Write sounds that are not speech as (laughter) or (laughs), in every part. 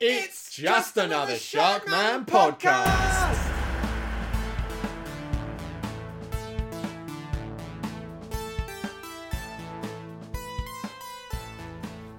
It's just another Sharkman podcast.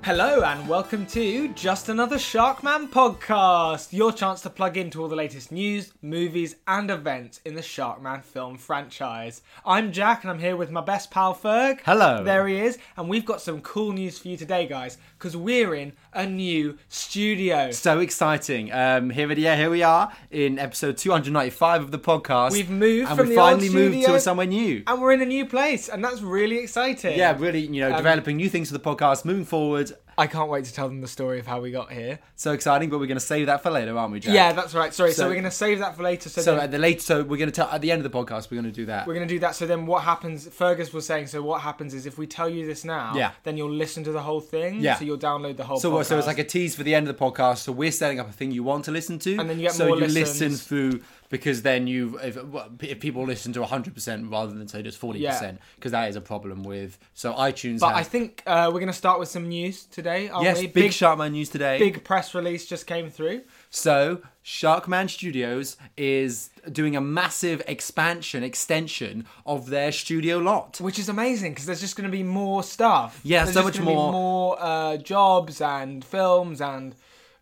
Hello and welcome to Just Another Sharkman podcast, your chance to plug into all the latest news, movies, and events in the Sharkman film franchise. I'm Jack and I'm here with my best pal Ferg. Hello. There he is, and we've got some cool news for you today, guys, because we're in a new studio. So exciting! Um, here, it- yeah, here we are in episode 295 of the podcast. We've moved and from we the old finally moved studio- to somewhere new. And we're in a new place, and that's really exciting. yeah, really, you Um, know, developing new things for the podcast, moving forward. I can't wait to tell them the story of how we got here. So exciting, but we're going to save that for later, aren't we, Jack? Yeah, that's right. Sorry, so, So- we're going to save that for later. So, So then- at the later, so we're going to tell at the end of the podcast, we're going to do that. We're going to do that. So then what happens, Fergus was saying, so what happens is if we tell you this now, Yeah. then you'll listen to the whole thing. Yeah. So you'll download the whole so, what- so podcast. it's like a tease for the end of the podcast. So we're setting up a thing you want to listen to, And then you get so more you listens. listen through because then you if, if people listen to 100 percent rather than say just 40 percent because that is a problem with so iTunes. But has- I think uh, we're going to start with some news today, aren't yes, we? big, Sharkman news today. big press release just came through. So, Sharkman Studios is doing a massive expansion, extension of their studio lot. Which is amazing because there's just going to be more stuff. Yeah, There's so just much gonna be more. more uh, jobs and films and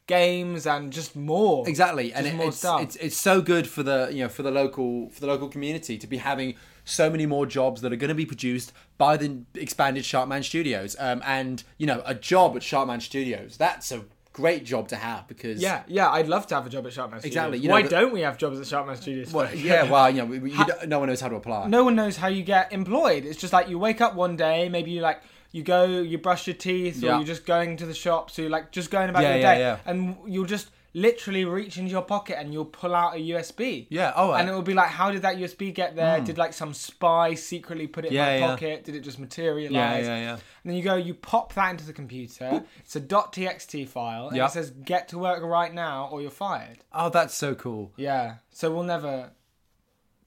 games and just more. Exactly, and Just it, more it's, stuff. it's it's so good for the you know for the local for the local community to be having so many more jobs that are going to be produced by the expanded Sharkman Studios. Um, and you know, a job at Sharkman Studios that's a great job to have because Yeah, yeah. I'd love to have a job at Sharpman Studios. Exactly, you know, Why but- don't we have jobs at Sharpman Studios? well, (laughs) yeah, well, you know, we- we- you don't- no one knows how to apply. no one knows how you get employed. It's just like you wake up one day, maybe you like you go, you brush your teeth, or Yeah. you're just going to the shop, so you're like just going about Yeah, your yeah, day, yeah. and you'll just literally reach into your pocket and you'll pull out a USB. Yeah, oh, and I- Hmm. it will be like, how did that USB get there? Did like some spy secretly put it Yeah, in my yeah. pocket? Did it just materialize? yeah, yeah. And then you go, you pop that into the computer. It's a .txt file, and Yeah. it says get to work right now, or you're fired. Oh, that's so cool. Yeah, so we'll never.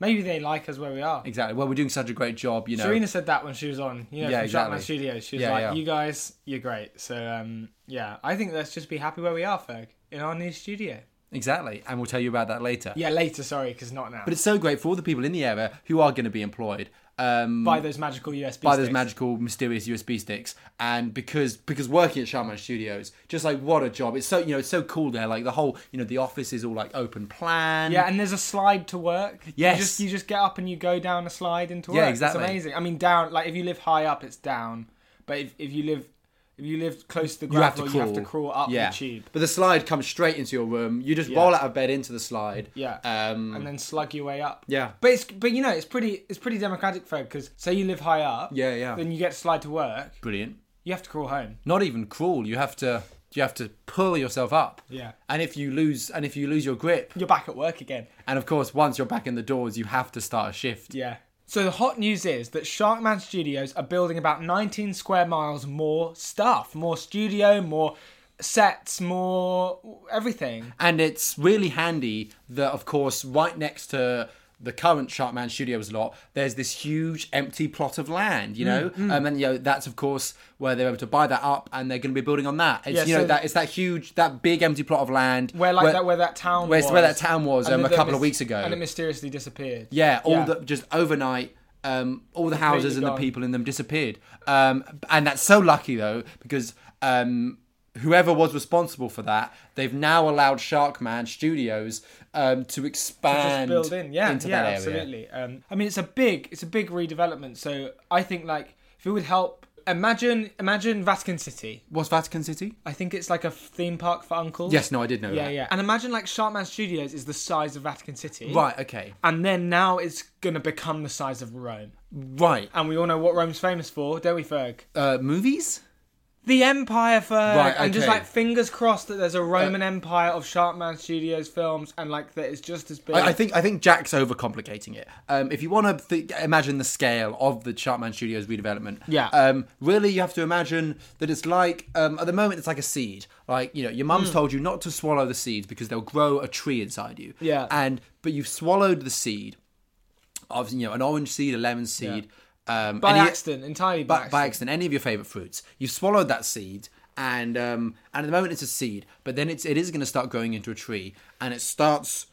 Maybe they like us where we are. Exactly. Well, we're doing such a great job, you know. Serena said that when she was on, you know, Oh. Yeah, from exactly. Sharkman Studios. She was Yeah, like, yeah. "You guys, you're great." So, um, yeah, I think let's just be happy where we are, Ferg, in our new studio. Exactly, and we'll tell you about that later. Yeah, later, sorry, because not now. But it's so great for all the people in the area who are going to be employed um, by those magical USB. by those sticks. magical, mysterious USB sticks, and because because working at Shaman Studios, just like what a job! It's so you know it's so cool there. Like the whole you know the office is all like open plan. Yeah, and there's a slide to work. Yes. you just, you just get up and you go down a slide into work. Yeah, exactly. It's amazing. I mean, down like if you live high up, it's down. But if, if you live if you live close to the You have, gravel, to you have crawl. to crawl, up yeah. the tube But the slide comes straight into your room. You just roll out of bed into the slide. Yeah. Um, and then slug your way up. yeah. But it's but you know it's pretty it's pretty democratic, Ferg, because say you live high up. Yeah, yeah. Then you get to slide to work. Brilliant. You have to crawl home. Not even crawl. You have to you have to pull yourself up. Yeah. And if you lose and if you lose your grip, You're back at work again. And of course, once you're back in the doors, you have to start a shift. Yeah. So the hot news is that Sharkman Studios are building about 19 square miles more stuff, more studio, more sets, more everything. And it's really handy that, of course, right next to the current Sharkman Studios lot, there's this huge empty plot of land, Mm, you know? Um, and, you know, that's, of course, where they're able to buy that up and they're going to be building on that. It's, Yeah, you know, so- that it's that huge, that big empty plot of land. Where like that where that town where, was. where that town was And um, then a they couple of mys- weeks ago. And it mysteriously disappeared. Yeah, all the just overnight, um, all the houses and gone. the people in them disappeared. Um, and that's so lucky though because um, whoever was responsible for that, they've now allowed Sharkman Studios um, to just expand build in. Yeah, into yeah, that area. absolutely. Um, I mean, it's a big, it's a big redevelopment. So I think like if it would help, imagine, imagine Vatican City. What's Vatican City? I think it's like a theme park for uncles. Yes, no, I did know Yeah, that. yeah. And imagine like Sharkman Studios is the size of Vatican City. Right, okay, And then now it's gonna become the size of Rome. right. And we all know what Rome's famous for, don't we, Ferg? Uh, movies? The Empire, Ferg. Right, And just okay. Uh, like fingers crossed that there's a Roman Empire of Sharkman Studios films, and like that it's just as big. I, I think I think Jack's overcomplicating it. Um, if you want to th- imagine the scale of the Sharkman Studios redevelopment, Yeah. um, really you have to imagine that it's like um, at the moment it's like a seed. Like you know, your Hmm. mum's told you not to swallow the seeds because they'll grow a tree inside you. Yeah. and but you've swallowed the seed of you know an orange seed, a lemon seed. Um, by any- accident, entirely by by, by accident, any of your favorite fruits. You've swallowed that seed, and um, and at the moment it's a seed, but then it's it is going to start growing into a tree, and it starts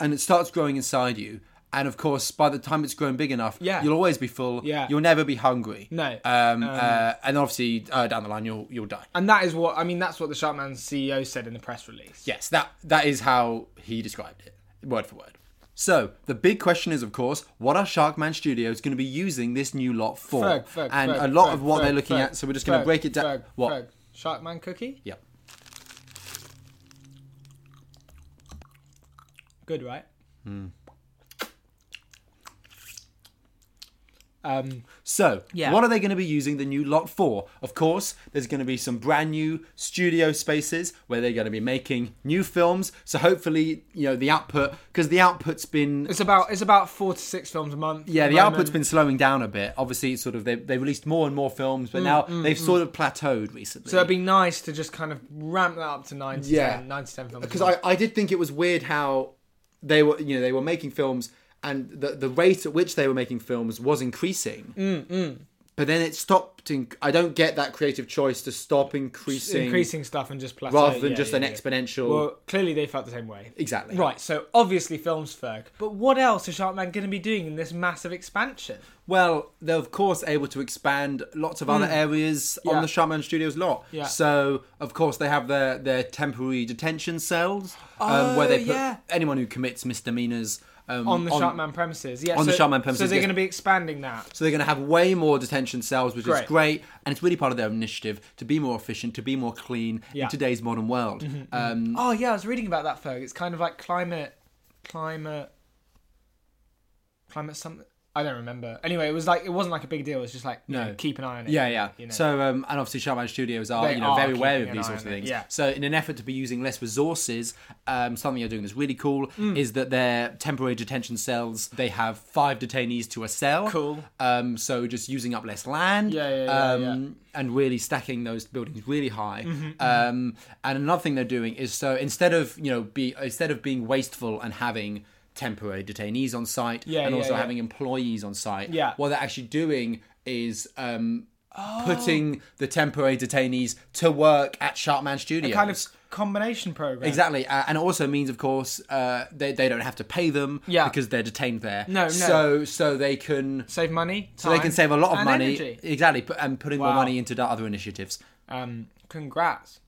and it starts growing inside you. And of course, by the time it's grown big enough, Yeah. you'll always be full. Yeah. you'll never be hungry. No. um, uh, and obviously uh, down the line you'll you'll die. And that is what I mean. That's what the Sharkman CEO said in the press release. Yes, that that is how he described it, word for word. So the big question is, of course, what are Sharkman Studios going to be using this new lot for? Ferg, Ferg, and Ferg, a lot Ferg, of what Ferg, they're looking Ferg, at. So we're just going Ferg, to break it down. Ferg, what? Ferg. Sharkman cookie? Yep. Good, right? Hmm. Um, So, Yeah. what are they going to be using the new lot for? Of course, there's going to be some brand new studio spaces where they're going to be making new films. So hopefully, you know, the output because the output's been it's about it's about four to six films a month. yeah, at the output's moment. been slowing down a bit. Obviously, it's sort of they they released more and more films, but now they've sort of plateaued recently. Mm, So it'd be nice to just kind of ramp that up to nine to Yeah. ten, nine to ten films. a because month. I, I did think it was weird how they were you know they were making films and the the rate at which they were making films was increasing. Mm, But then it stopped. In, I don't get that creative choice to stop increasing, increasing stuff and just plateau rather than yeah, just yeah, an yeah. exponential. Well, clearly they felt the same way. exactly. Right, so obviously films Ferg, but what else is Sharkman going to be doing in this massive expansion? Well, they're of course able to expand lots of other areas Mm. Yeah. on the Sharpman Studios lot. Yeah. So, of course, they have their, their temporary detention cells um, Oh, where they put yeah. anyone who commits misdemeanors um, on the Sharkman premises. Yeah, on so, the Sharkman premises, So they're yes. going to be expanding that. So they're going to have way more detention cells, which Great. is great, and it's really part of their initiative to be more efficient, to be more clean Yeah. in today's modern world. Um, Oh yeah, I was reading about that, Ferg. It's kind of like climate, climate, climate something. I don't remember. Anyway, it was like it wasn't like a big deal. It was just like you No. know, keep an eye on it. yeah, yeah. You know. So, um, and obviously, Sharman Studios are They you know are very aware of keeping an these eye sorts of on it, things. yeah. So, in an effort to be using less resources, um, something they're doing that's really cool Mm. is that their temporary detention cells they have five detainees to a cell. Cool. Um, so just using up less land. Yeah, yeah, yeah, Mm-hmm, um, And really stacking those buildings really high. Um, and another thing they're doing is so instead of you know be instead of being wasteful and having temporary detainees on site Yeah, and yeah, also yeah. having employees on site, Yeah. what they're actually doing is um, putting Oh. the temporary detainees to work at Sharpman Studios. kind of combination program. Exactly, uh, and it also means, of course, uh, they they don't have to pay them Yeah. because they're detained there. No, no. So so they can Save money. so they can save a lot of and money. Energy. Exactly, pu- and putting more Wow. money into the other initiatives. Um, congrats.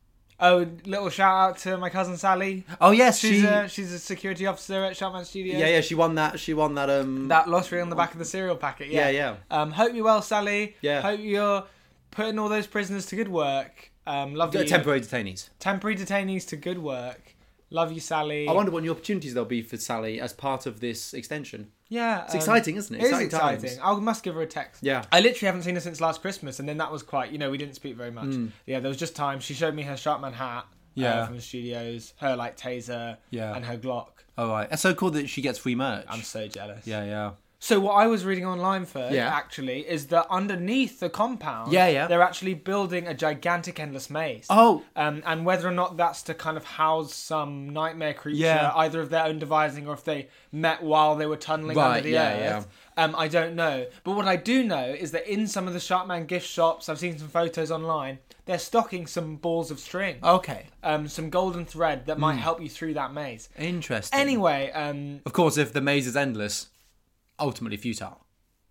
Oh, little shout out to my (gasps) cousin Sally. Oh yes, She's she uh, a, she's a security officer at Sharkman Studios. yeah yeah she won that she won that um That lottery on the back of the cereal packet. Yeah, Yeah, Um, hope you're well, Sally. Yeah. Hope you're putting all those prisoners to good work. Um, love uh, you. temporary detainees. Temporary detainees to good work. Love you, Sally. I wonder what new opportunities there'll be for Sally as part of this extension. yeah, um, It's exciting, isn't it? It is Exciting times. exciting. I must give her a text. Yeah. I literally haven't seen her since last Christmas, and then that was quite. You know, we didn't speak very much. Yeah, there was just time. She showed me her Sharkman hat. Hmm. Yeah. Uh, from the studios, her like taser. Yeah. And her Glock. All right, that's so cool that she gets free merch. I'm so jealous. yeah yeah. So what I was reading online for Yeah. actually is that underneath the compound, Yeah, yeah. they're actually building a gigantic endless maze. Oh Um, and whether or not that's to kind of house some nightmare creature, Yeah. either of their own devising or if they met while they were tunneling Right, under the yeah, earth, Um, I don't know. But what I do know is that in some of the Sharkman gift shops, I've seen some photos online, they're stocking some balls of string, okay, um, some golden thread that Hmm. might help you through that maze. interesting. Anyway, um, Of course, if the maze is endless, ultimately futile.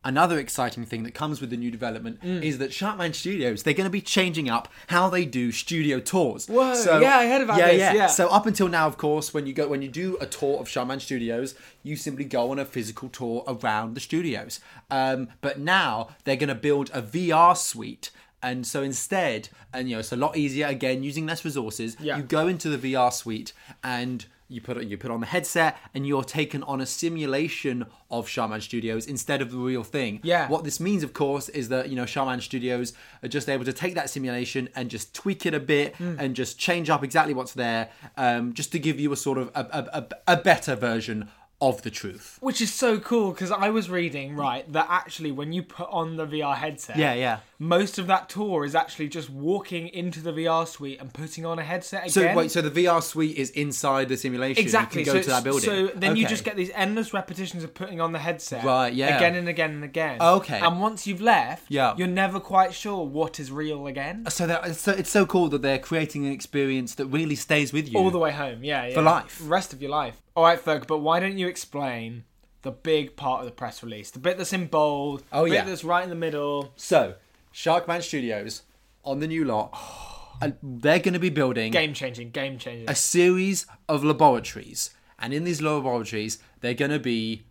Another exciting thing that comes with the new development Mm. is that Sharkman Studios, they're going to be changing up how they do studio tours. Whoa, yeah, I heard about this, yeah. So up until now, of course, when you go when you do a tour of Sharkman Studios, you simply go on a physical tour around the studios. Um, but now they're going to build a VR suite. And so instead, and you know, it's a lot easier again using less resources. Yeah. You go into the VR suite and you put you put on the headset and you're taken on a simulation of Shaman Studios instead of the real thing. Yeah. What this means, of course, is that you know Shaman Studios are just able to take that simulation and just tweak it a bit Mm. and just change up exactly what's there, um, just to give you a sort of a, a, a, a better version of the truth. Which is so cool because I was reading, right, that actually when you put on the VR headset, Yeah, yeah. most of that tour is actually just walking into the VR suite and putting on a headset So again. wait, so the VR suite is inside the simulation. exactly. You can so go to that it's- building. So then you Okay. just get these endless repetitions of putting on the headset, Right, yeah. again and again and again. Okay. And once you've left, Yeah. you're never quite sure what is real again So, that, it's so it's so cool that they're creating an experience that really stays with you. all the way home. Yeah, yeah. For life. rest of your life. All right, Ferg. But why don't you explain? The big part of the press release, the bit that's in bold, Oh, the bit yeah. that's right in the middle. So, Sharkman Studios on the new lot, and they're going to be building Game changing, game changing. a series of laboratories. And in these laboratories, they're going to be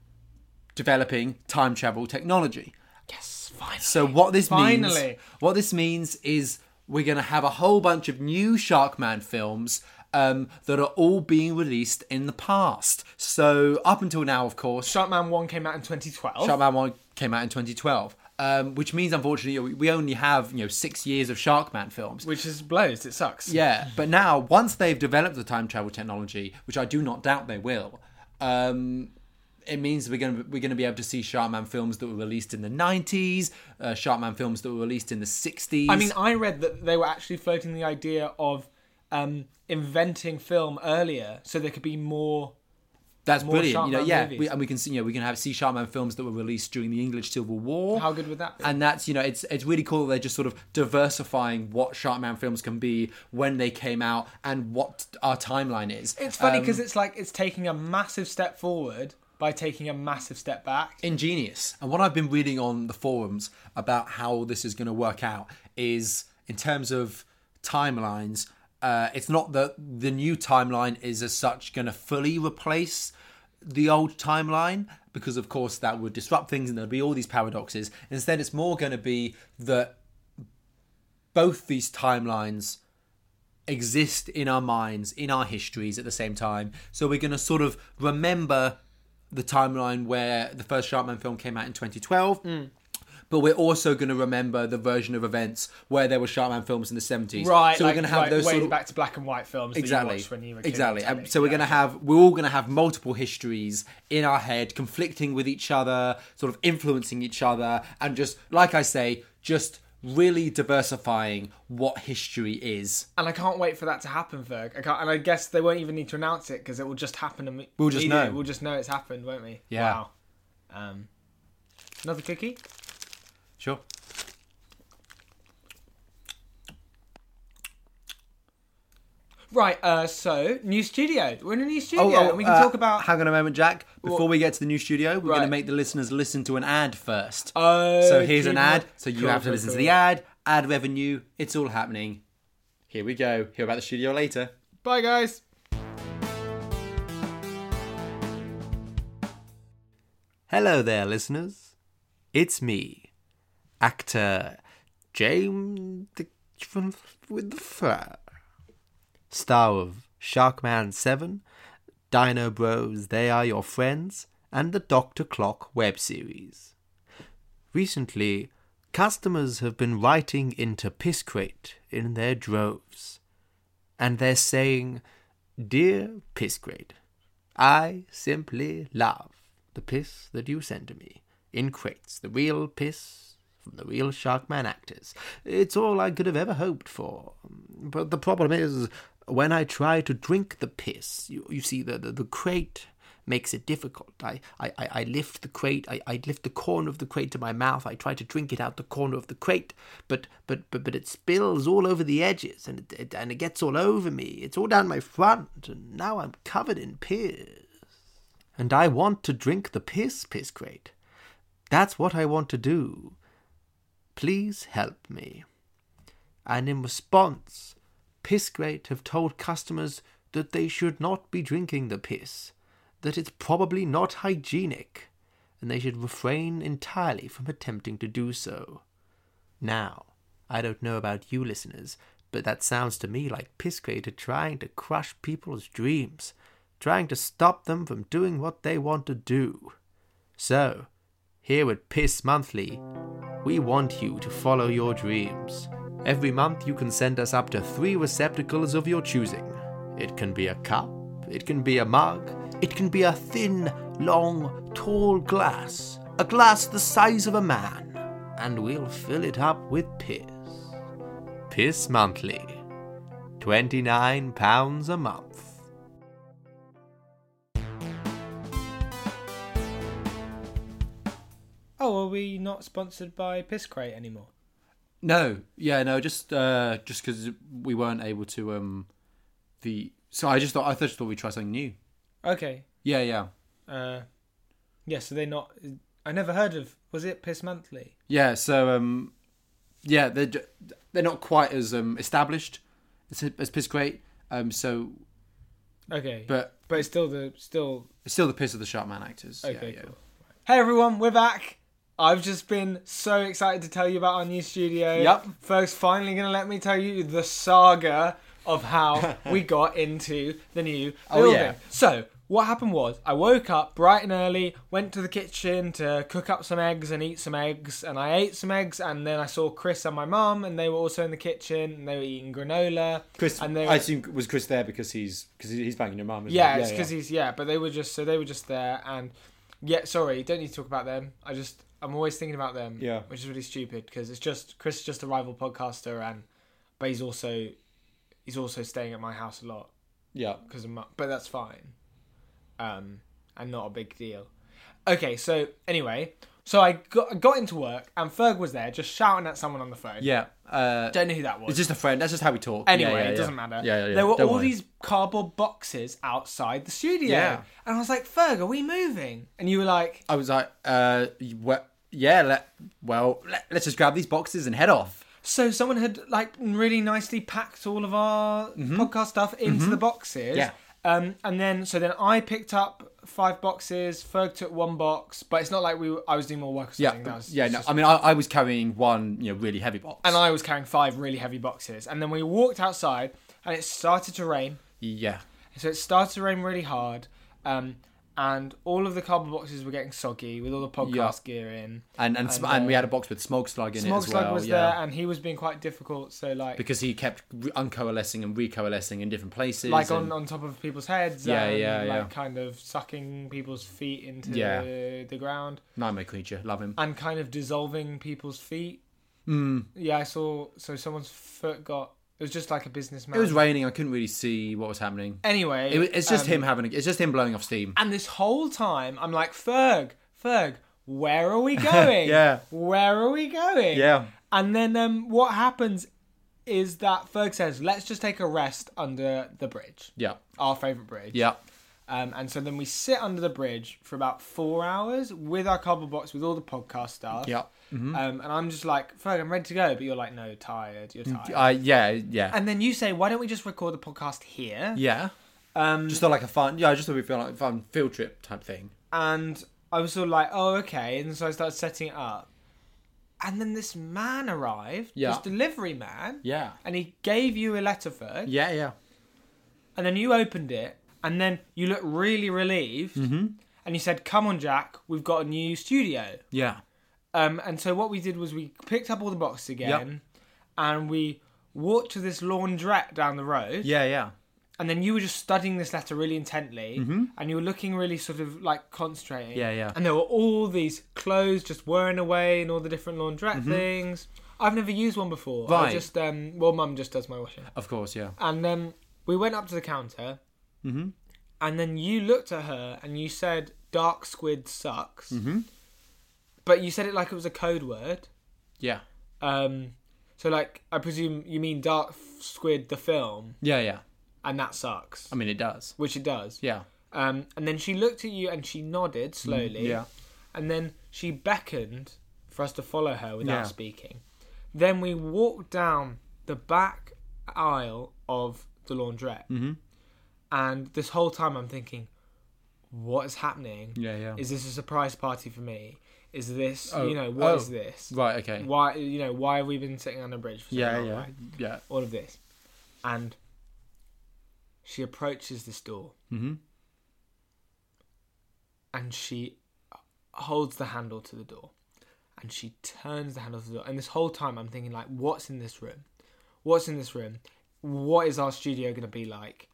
developing time travel technology. yes, finally. So what this means, Finally. what this means is we're going to have a whole bunch of new Sharkman films um, that are all being released in the past. So up until now, of course, Sharkman 1 came out in 2012. Sharkman One came out in 2012, um, which means unfortunately we- we only have you know six years of Sharkman films. which is blows, it sucks. Yeah, but now once they've developed the time travel technology, which I do not doubt they will, um, it means we're going to we're going to be able to see Sharkman films that were released in the '90s, uh, Sharkman films that were released in the '60s. I mean, I read that they were actually floating the idea of um, inventing film earlier so there could be more. that's more brilliant. You know, Sharkman yeah, movies. we, and we can see you know we can have see Sharkman films that were released during the English Civil War. How good would that be? And that's you know it's it's really cool. that They're just sort of diversifying what Sharkman films can be, when they came out, and what our timeline is. It's funny because it's like it's taking a massive step forward by taking a massive step back. ingenious. And what I've been reading on the forums about how this is going to work out is in terms of timelines, uh, it's not that the new timeline is as such going to fully replace the old timeline because of course that would disrupt things and there'd be all these paradoxes instead it's more going to be that both these timelines exist in our minds, in our histories at the same time. So we're going to sort of remember the timeline where the first Sharkman film came out in 2012. Mm. But we're also going to remember the version of events where there were Sharkman films in the 70s. Right, So like- we're going to have like those way sort of back to black and white films that you watched when you were a kid exactly. on telly. Um, so we're gonna have we're all gonna have multiple histories in our head, conflicting with each other, sort of influencing each other, and just like I say, just really diversifying what history is. and I can't wait for that to happen, Ferg. I can't, and I guess they won't even need to announce it because it will just happen. imme- We'll just immediately. know. We'll just know it's happened, won't we? Yeah. Wow. Um, another cookie. Sure. Right, uh, so new studio. We're in a new studio, Oh, and we can uh, talk about. Hang on a moment, Jack. Before What? we get to the new studio, we're Right. gonna make the listeners listen to an ad first. Oh, so here's an keep- ad. So you Cool, have to cool, listen to cool. the ad. Ad revenue. It's all happening. Here we go. Hear about the studio later. Bye, guys. Hello there, listeners. It's me, actor James the- with the fur, star of Sharkman 7, Dino Bros, They Are Your Friends, and the Dr. Clock web series. Recently, customers have been writing into Piscrate in their droves, and they're saying, Dear Piscrate, I simply love the piss that you send to me in crates, the real piss from the real Sharkman actors. It's all I could have ever hoped for. But the problem is, when I try to drink the piss, you, you see, the, the, the crate makes it difficult. I, I, I I lift the crate, I, I lift the corner of the crate to my mouth, I try to drink it out the corner of the crate, but but but, but it spills all over the edges and it, it, and it gets all over me. It's all down my front, and now I'm covered in piss and I want to drink the piss piss crate. That's what I want to do. Please help me. And in response, Piss Crate have told customers that they should not be drinking the piss, that it's probably not hygienic, and they should refrain entirely from attempting to do so. Now, I don't know about you listeners, but that sounds to me like Piss Crate are trying to crush people's dreams, trying to stop them from doing what they want to do. So, here at Piss Monthly, we want you to follow your dreams. Every month, you can send us up to three receptacles of your choosing. It can be a cup, it can be a mug, It can be a thin, long, tall glass, a glass the size of a man, and we'll fill it up with piss. Piss monthly, £29 a month. Oh, are we not sponsored by Piss Crate anymore? No, yeah, no, just uh, just because we weren't able to um, the so I just thought I just thought we'd try something new. Okay. Yeah, yeah, Uh, yeah, so they're not. I never heard of. Was it Piss Monthly? yeah. So um, yeah, they're ju- they're not quite as um established as, as piss crate. Um, so Okay. but but it's still the still it's still the piss of the Sharp Man actors. Okay, yeah, yeah. cool. Hey everyone, we're back. I've just been so excited to tell you about our new studio. Yep. Folks, finally gonna let me tell you the saga (laughs) of how we got into the new building. Oh, yeah. So what happened was I woke up bright and early, went to the kitchen to cook up some eggs and eat some eggs, and I ate some eggs, and then I saw Chris and my mum, and they were also in the kitchen, and they were eating granola. Chris, and they I assume was Chris there because he's because he's banging your mum. isn't he? yeah, it's because he's yeah, but they were just so they were just there and yeah. Sorry, don't need to talk about them. I just I'm always thinking about them. Yeah. which is really stupid because it's just Chris is just a rival podcaster and but he's also he's also staying at my house a lot yeah. because of my, but that's fine, um, and not a big deal. Okay, so anyway, so I got I got into work and Ferg was there just shouting at someone on the phone. Yeah. Uh, don't know who that was. it's just a friend. That's just how we talk. Anyway, Yeah, yeah, it yeah. doesn't matter. Yeah, yeah, yeah. There were Don't all worry. these cardboard boxes outside the studio. Yeah. And I was like, Ferg, are we moving? And you were like, I was like, uh, well, yeah, let, well, let, let's just grab these boxes and head off. so someone had like really nicely packed all of our podcast stuff into the boxes. Mm-hmm. Yeah. Um, and then so then I picked up five boxes. Ferg took one box, but it's not like we were, I was doing more work or Yeah, something. That was yeah. No, I mean, I, I was carrying one, you know, really heavy box. and I was carrying five really heavy boxes. And then we walked outside, and it started to rain. yeah, So it started to rain really hard, um, and all of the cardboard boxes were getting soggy with all the podcast gear in. and and sm- And, and we uh, had a box with smog slug in it Smog as well. was yeah, there, and he was being quite difficult. So like, because he kept re- uncoalescing and recoalescing in different places. like and- on, on top of people's heads, Yeah, and, yeah, like yeah. kind of sucking people's feet into Yeah. the, the ground, nightmare creature, love him. and kind of dissolving people's feet. Hmm. Mm. Yeah, I saw. So someone's foot got. It was just like a businessman. It was raining. I couldn't really see what was happening. anyway. It, was- it's just um, him having. A, it's just him blowing off steam. And this whole time, I'm like, Ferg, Ferg, where are we (laughs) going? Yeah. Where are we going? Yeah. And then um, what happens is that Ferg says, let's just take a rest under the bridge, Yeah, our favourite bridge. yeah. Um, and so then we sit under the bridge for about four hours with our cardboard box, with all the podcast stuff. Yeah. Mm-hmm. Um, and I'm just like, Ferg, I'm ready to go. But you're like, no, tired. You're tired. Uh, yeah, yeah, and then you say, why don't we just record the podcast here? yeah. Um, Just not like a fun. Yeah, just thought we feel like a fun field trip type thing. and I was sort of like, oh, okay. And so I started setting it up. And then this man arrived, Yeah. this delivery man, Yeah, and he gave you a letter first, yeah, yeah. and then you opened it, and then you looked really relieved, Mm-hmm. and you said, come on, Jack, we've got a new studio. Yeah. Um, and so what we did was we picked up all the boxes again, and we walked to this laundrette down the road, Yeah, yeah. and then you were just studying this letter really intently and you were looking really sort of like concentrating Mm-hmm. Yeah, yeah. and there were all these clothes just wearing away and all the different laundrette things i've never used one before i Mm-hmm. Right. just um well mum just does my washing Of course, yeah. and um we went up to the counter mm-hmm. and then you looked at her and you said dark squid sucks mm-hmm. but you said it like it was a code word Yeah. um so like i presume you mean dark F- squid the film Yeah, yeah. and that sucks I mean, it does. which it does Um, Yeah. um, and then she looked at you and she nodded slowly. yeah. And then she beckoned for us to follow her without Yeah. speaking. Then we walked down the back aisle of the laundrette. Mm-hmm. And this whole time I'm thinking, what is happening? Yeah, yeah. Is this a surprise party for me? Is this, Oh, you know, what oh, is this? right, okay. Why, you know, why have we been sitting on a bridge for so yeah, long? yeah. right? Yeah. all of this. And she approaches this door. And she holds the handle to the door. And she turns the handle to the door. And this whole time I'm thinking like, what's in this room? What's in this room? What is our studio gonna be like?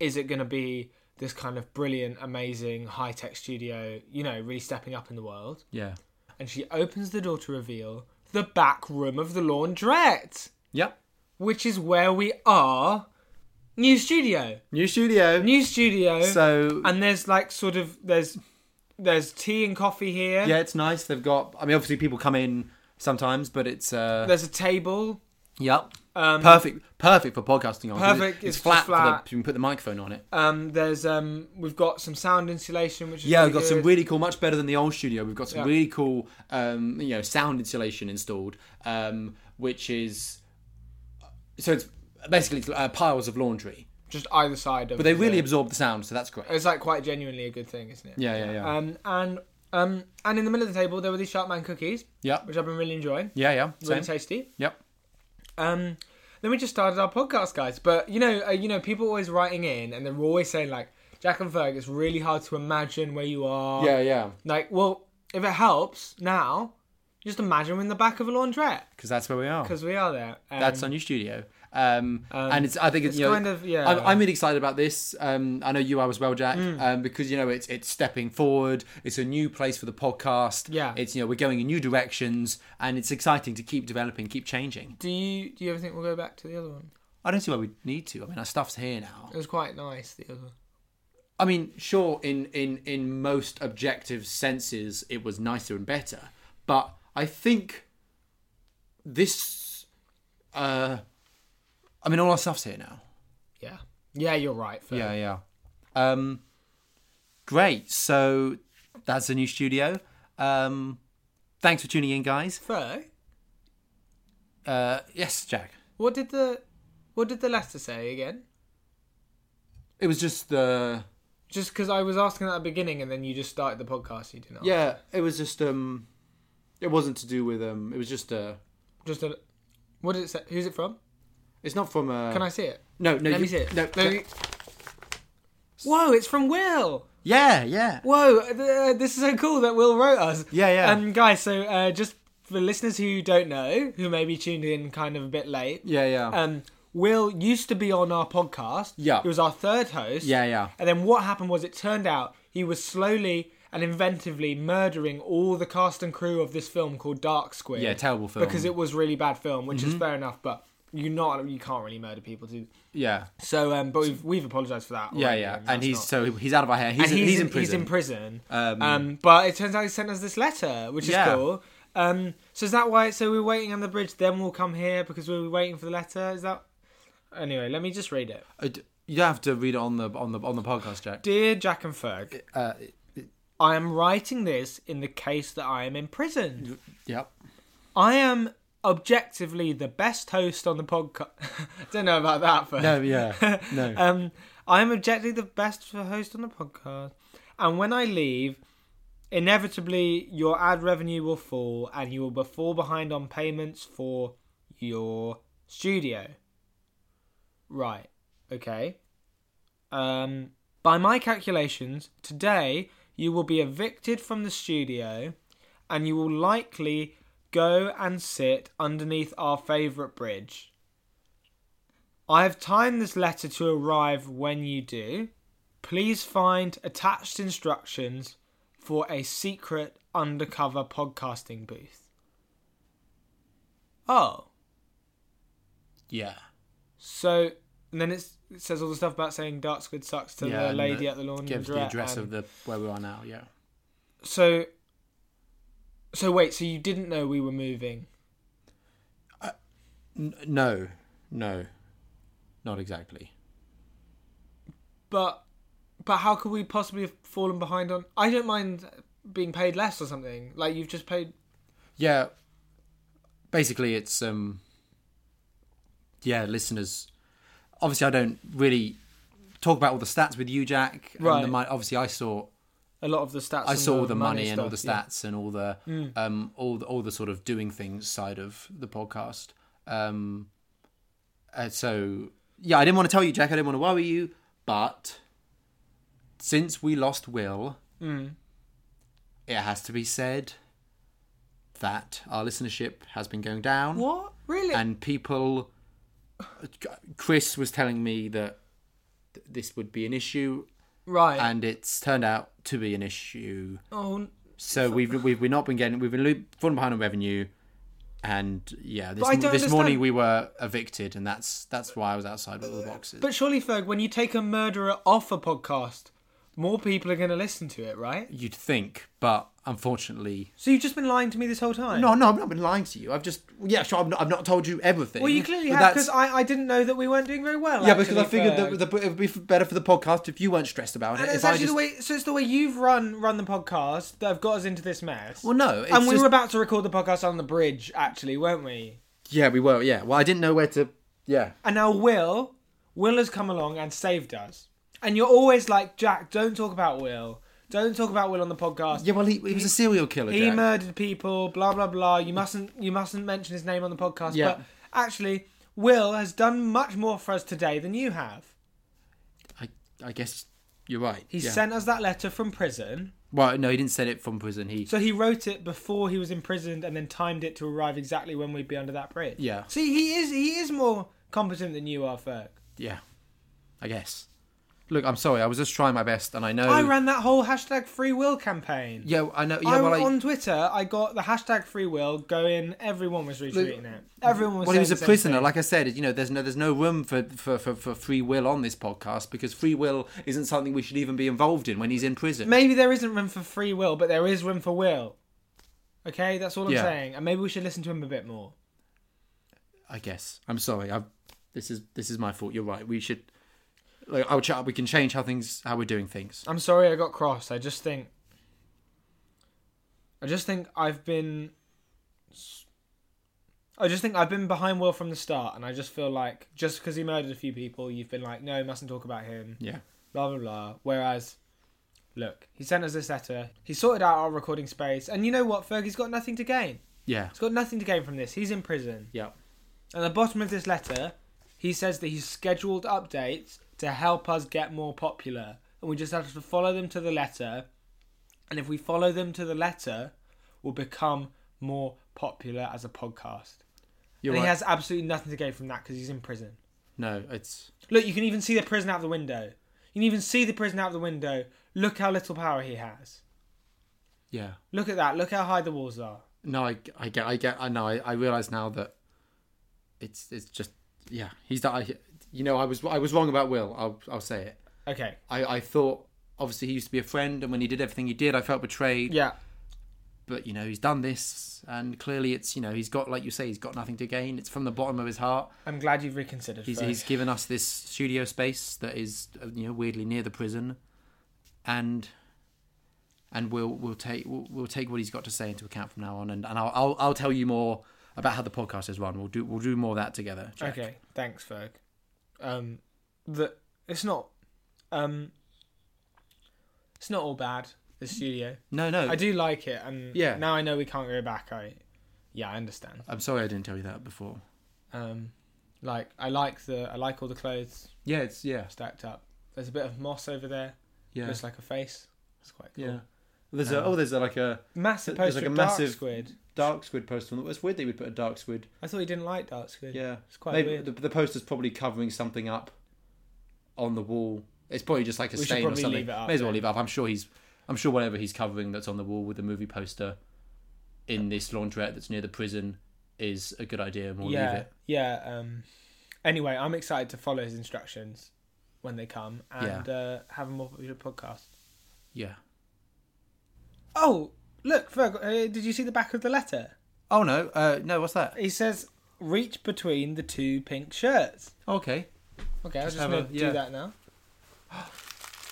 Is it gonna be this kind of brilliant, amazing high tech studio, you know, really stepping up in the world. Yeah. And she opens the door to reveal the back room of the laundrette, Yep. which is where we are. New studio, New studio. new studio. so and there's like sort of there's there's tea and coffee here. yeah, it's nice. They've got. I mean, obviously people come in sometimes, but it's. uh There's a table. Yep. Um, perfect. Perfect for podcasting on. 'cause Perfect, It, it's, it's flat. just flat. For the, you can put the microphone on it. Um, there's um, we've got some sound insulation, which is Yeah, really we've got some good. really cool, much better than the old studio. We've got some Yeah. really cool, um, you know, sound insulation installed, um, which is so it's basically it's, uh, piles of laundry, just either side of. but they really absorb the sound, so that's great. it's like quite genuinely a good thing, isn't it? Yeah, yeah, yeah, Um, and um, and in the middle of the table there were these Sharp Man cookies, yeah, which I've been really enjoying, yeah, yeah. Same. really tasty. Yep. Um, then we just started our podcast, guys. But you know, uh, you know, people always writing in, and they're always saying like, "Jack and Ferg, it's really hard to imagine where you are." Yeah, yeah. Like, well, if it helps now, just imagine we're in the back of a laundrette Because that's where we are. because we are there. Um, That's our new studio. Um, and it's I think it's, it's you know, kind of- yeah. Mm. I'm, I'm really excited about this. Um, I know you are as well, Jack. Um, because you know it's it's stepping forward. It's a new place for the podcast. Yeah. It's you know we're going in new directions, and it's exciting to keep developing, keep changing. Do you do you ever think we'll go back to the other one? I don't see why we need to. I mean, our stuff's here now. It was quite nice. The other one. I mean, sure, in in in most objective senses, it was nicer and better. But I think this. Uh, I mean, all our stuff's here now. Yeah. Yeah, you're right. Ferg. Yeah, yeah. Um, great. So that's the new studio. Um, thanks for tuning in, guys. Ferg, Uh, yes, Jack. what did the what did the letter say again? It was just the Just because I was asking at the beginning, and then you just started the podcast, you didn't. ask. yeah. It was just um, it wasn't to do with um. It was just uh. Just a. What did it say? Who's it from? It's not from uh. Can I see it? No, no. Let you- me see it. No, Let me- Whoa! It's from Will. Yeah, yeah. Whoa! Uh, this is so cool that Will wrote us. Yeah, yeah. Um, guys, so uh, just for listeners who don't know, who maybe tuned in kind of a bit late, Yeah, yeah. um, Will used to be on our podcast. Yeah. He was our third host. Yeah, yeah. And then what happened was it turned out he was slowly and inventively murdering all the cast and crew of this film called Dark Squid. Yeah, terrible film. Mm-hmm. Because it was really bad film, which is fair enough, but you not you can't really murder people do yeah, so um but we've we've apologized for that yeah, already, yeah. that's And he's not- so he's out of our hair. He's, and he's, in prison. He's in prison. Um, Um, but it turns out he sent us this letter, which Yeah. is cool. Um, so is that why? So we're waiting on the bridge, then we'll come here because we were waiting for the letter. Is that? Anyway, let me just read it. Uh, d- you have to read it on the on the on the podcast, Jack. Dear Jack and Ferg, Uh, I am writing this in the case that I am imprisoned. yep. I am objectively the best host on the (laughs) podcast. Don't know about that, Ferg. No, (laughs) (laughs) yeah, no. Um, I'm objectively the best host on the podcast, and when I leave, inevitably your ad revenue will fall, and you will be fall behind on payments for your studio. Right. Okay. Um, by my calculations, today you will be evicted from the studio, and you will likely go and sit underneath our favourite bridge. I have timed this letter to arrive when you do. Please find attached instructions for a secret undercover podcasting booth. Oh, yeah. so and then it's, it says all the stuff about saying dark squid sucks to Yeah, the and lady the- at the laundry. Gives the address of the where we are now. Yeah. So, so wait, so you didn't know we were moving? N- no, no, not exactly. But but how could we possibly have fallen behind on? I don't mind being paid less or something. Like you've just paid. Yeah. Basically, it's um. Yeah, listeners. Obviously, I don't really talk about all the stats with you, Jack. and the Right. mi- obviously, I saw A lot of the stats. I and saw all the money, and all the stuff, yeah. Mm. stats and all the um all the, all the sort of doing things side of the podcast. Um, uh, so yeah, I didn't want to tell you, Jack. I didn't want to worry you, but since we lost Will, Mm. it has to be said that our listenership has been going down, What? Really? and people. Chris was telling me that th- this would be an issue, Right. and it's turned out to be an issue. oh, n- So we've we've we've not been getting we've been lo- falling behind on revenue, and yeah, this, I don't this morning understand- we were evicted, and that's that's why I was outside with all the boxes. but surely, Ferg, when you take a murderer off a podcast, more people are going to listen to it, right? You'd think, but unfortunately, So you've just been lying to me this whole time. no, no, I've not been lying to you. I've just yeah, sure, I've not, I've not told you everything. Well, you clearly but have that's- because I, I didn't know that we weren't doing very well. Yeah, because I actually, figured Ferg. that the, it would be f- better for the podcast if you weren't stressed about it. And it's if I actually just- the way. So it's the way you've run run the podcast that have got us into this mess. Well, no, it's and we just- were about to record the podcast on the bridge, actually, weren't we? yeah, we were. Yeah, well, I didn't know where to. Yeah, And now Will, Will has come along and saved us. And you're always like, Jack, don't talk about Will. Don't talk about Will on the podcast. yeah. Well, he, he was a serial killer. he Jack. murdered people. Blah blah blah. You mustn't you mustn't mention his name on the podcast. Yeah. But actually, Will has done much more for us today than you have. I, I guess you're right. He yeah. sent us that letter from prison. Well, no, he didn't send it from prison. He So he wrote it before he was imprisoned and then timed it to arrive exactly when we'd be under that bridge. Yeah. See, he is he is more competent than you are, Ferg. Yeah, I guess. Look, I'm sorry. I was just trying my best, and I know. I ran that whole hashtag free will campaign. Yeah, I know. Yeah, I, well, I, on Twitter, I got the hashtag free will going. Everyone was retweeting it. Everyone was. well, he was a saying the same prisoner. thing. Like I said, you know, there's no, there's no room for, for, for, for free will on this podcast because free will isn't something we should even be involved in when he's in prison. maybe there isn't room for free will, but there is room for will. Okay, that's all I'm Yeah. saying. And maybe we should listen to him a bit more. I guess. I'm sorry. I've, this is this is my fault. You're right. We should. Like, I'll chat. We can change how things, how we're doing things. I'm sorry I got cross. I just think. I just think I've been. I just think I've been behind Will from the start, and I just feel like just because he murdered a few people, you've been like, no, mustn't talk about him, Yeah. blah blah blah. Whereas, look, he sent us this letter. He sorted out our recording space, and you know what, Fergie's got nothing to gain. Yeah. He's got nothing to gain from this. He's in prison. Yeah. At the bottom of this letter, he says that he's scheduled updates to help us get more popular, and we just have to follow them to the letter. And if we follow them to the letter, we'll become more popular as a podcast. You're and right. he has absolutely nothing to gain from that because he's in prison. no, it's Look, you can even see the prison out the window. You can even see the prison out the window. Look how little power he has. yeah. Look at that. Look how high the walls are. No, I, I get, I get, I know, I, I realize now that it's, it's just, yeah, he's that. I, you know, I was, I was wrong about Will. I'll, I'll say it. Okay. I, I thought obviously he used to be a friend, and when he did everything he did, I felt betrayed. Yeah. But you know, he's done this, and clearly it's, you know, he's got, like you say, he's got nothing to gain. It's from the bottom of his heart. I'm glad you've reconsidered. He's, Ferg. he's given us this studio space that is, uh, you know, weirdly near the prison, and. And we'll we'll take we'll, we'll take what he's got to say into account from now on, and, and I'll, I'll I'll tell you more about how the podcast is run. We'll do we'll do more of that together. Jack. Okay, thanks, Ferg. Um, the it's not, um, it's not all bad. The studio, No, no. I do like it, and Yeah. now I know we can't go back. I, yeah, I understand. I'm sorry I didn't tell you that before. Um, like I like the I like all the clothes Yeah, it's yeah, stacked up. There's a bit of moss over there, yeah, looks like a face. It's quite cool. yeah. There's a oh, there's a, like a Massive There's like poster a of dark massive- squid. dark squid poster. On the, it's weird they would put a dark squid. I thought he didn't like dark squid. Yeah, it's quite Maybe weird. The, the poster's probably covering something up on the wall. It's probably just like a We should stain or probably something. leave it up May as well then. leave it up. I'm sure he's, I'm sure whatever he's covering that's on the wall with the movie poster in this laundrette that's near the prison is a good idea, and we'll yeah, leave it. yeah. Um, anyway, I'm excited to follow his instructions when they come and uh, have a more popular podcast. Yeah. Oh, look, Ferg, uh, did you see the back of the letter? Oh no, uh, no. What's that? He says, "Reach between the two pink shirts." Okay. Okay, I'm just have gonna a- yeah. do that now.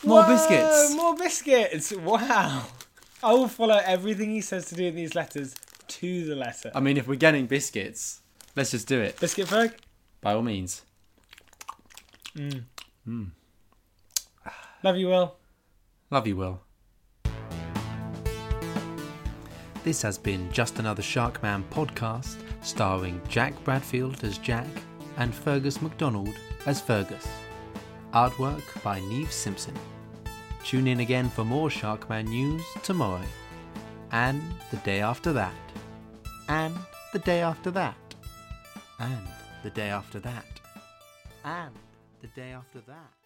More Whoa, biscuits. More biscuits! Wow. I will follow everything he says to do in these letters to the letter. I mean, if we're getting biscuits, let's just do it. Biscuit Ferg. By all means. Love you, Will. Love you, Will. This has been Just Another Sharkman podcast, starring Jack Bradfield as Jack and Fergus MacDonald as Fergus. Artwork by Neve Simpson. Tune in again for more Sharkman news tomorrow, and the day after that, and the day after that, and the day after that, and the day after that.